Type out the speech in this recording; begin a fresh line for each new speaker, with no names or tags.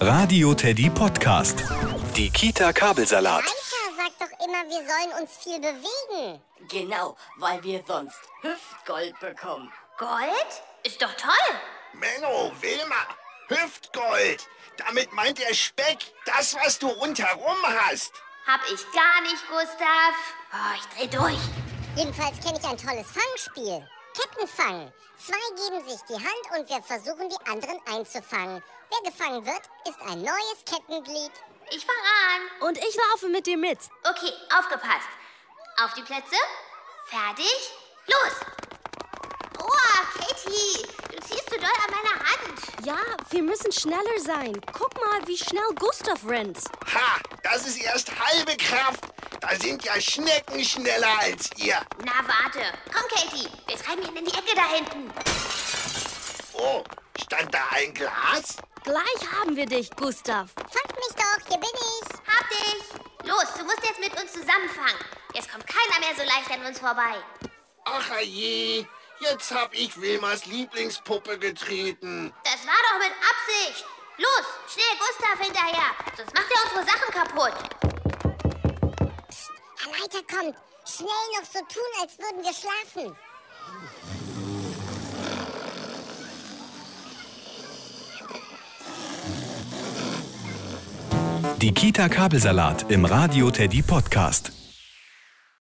Radio Teddy Podcast. Die Kita Kabelsalat.
Anka sagt doch immer, wir sollen uns viel bewegen.
Genau, weil wir sonst Hüftgold bekommen.
Gold? Ist doch toll.
Menno, Wilma, Hüftgold. Damit meint der Speck das, was du rundherum hast.
Hab ich gar nicht, Gustav. Oh, ich dreh durch.
Jedenfalls kenne ich ein tolles Fangspiel. Kettenfang. Zwei geben sich die Hand und wir versuchen, die anderen einzufangen. Wer gefangen wird, ist ein neues Kettenglied.
Ich fang an.
Und ich laufe mit dir mit.
Okay, aufgepasst. Auf die Plätze. Fertig. Los. Oh, Katie, du ziehst so doll an meiner Hand.
Ja, wir müssen schneller sein. Guck mal, wie schnell Gustav rennt.
Ha, das ist erst halbe Kraft. Da sind ja Schnecken schneller als ihr.
Na, warte. Komm, Katie, wir treiben ihn in die Ecke da hinten.
Oh, stand da ein Glas?
Gleich haben wir dich, Gustav.
Fangt mich doch, hier bin ich.
Hab dich. Los, du musst jetzt mit uns zusammenfangen. Jetzt kommt keiner mehr so leicht an uns vorbei.
Ach je, jetzt hab ich Wilmas Lieblingspuppe getreten.
Das war doch mit Absicht. Los, schnell Gustav hinterher. Sonst macht er unsere Sachen kaputt.
Herr Leiter kommt. Schnell noch so tun, als würden wir schlafen.
Die Kita Kabelsalat im Radio Teddy Podcast.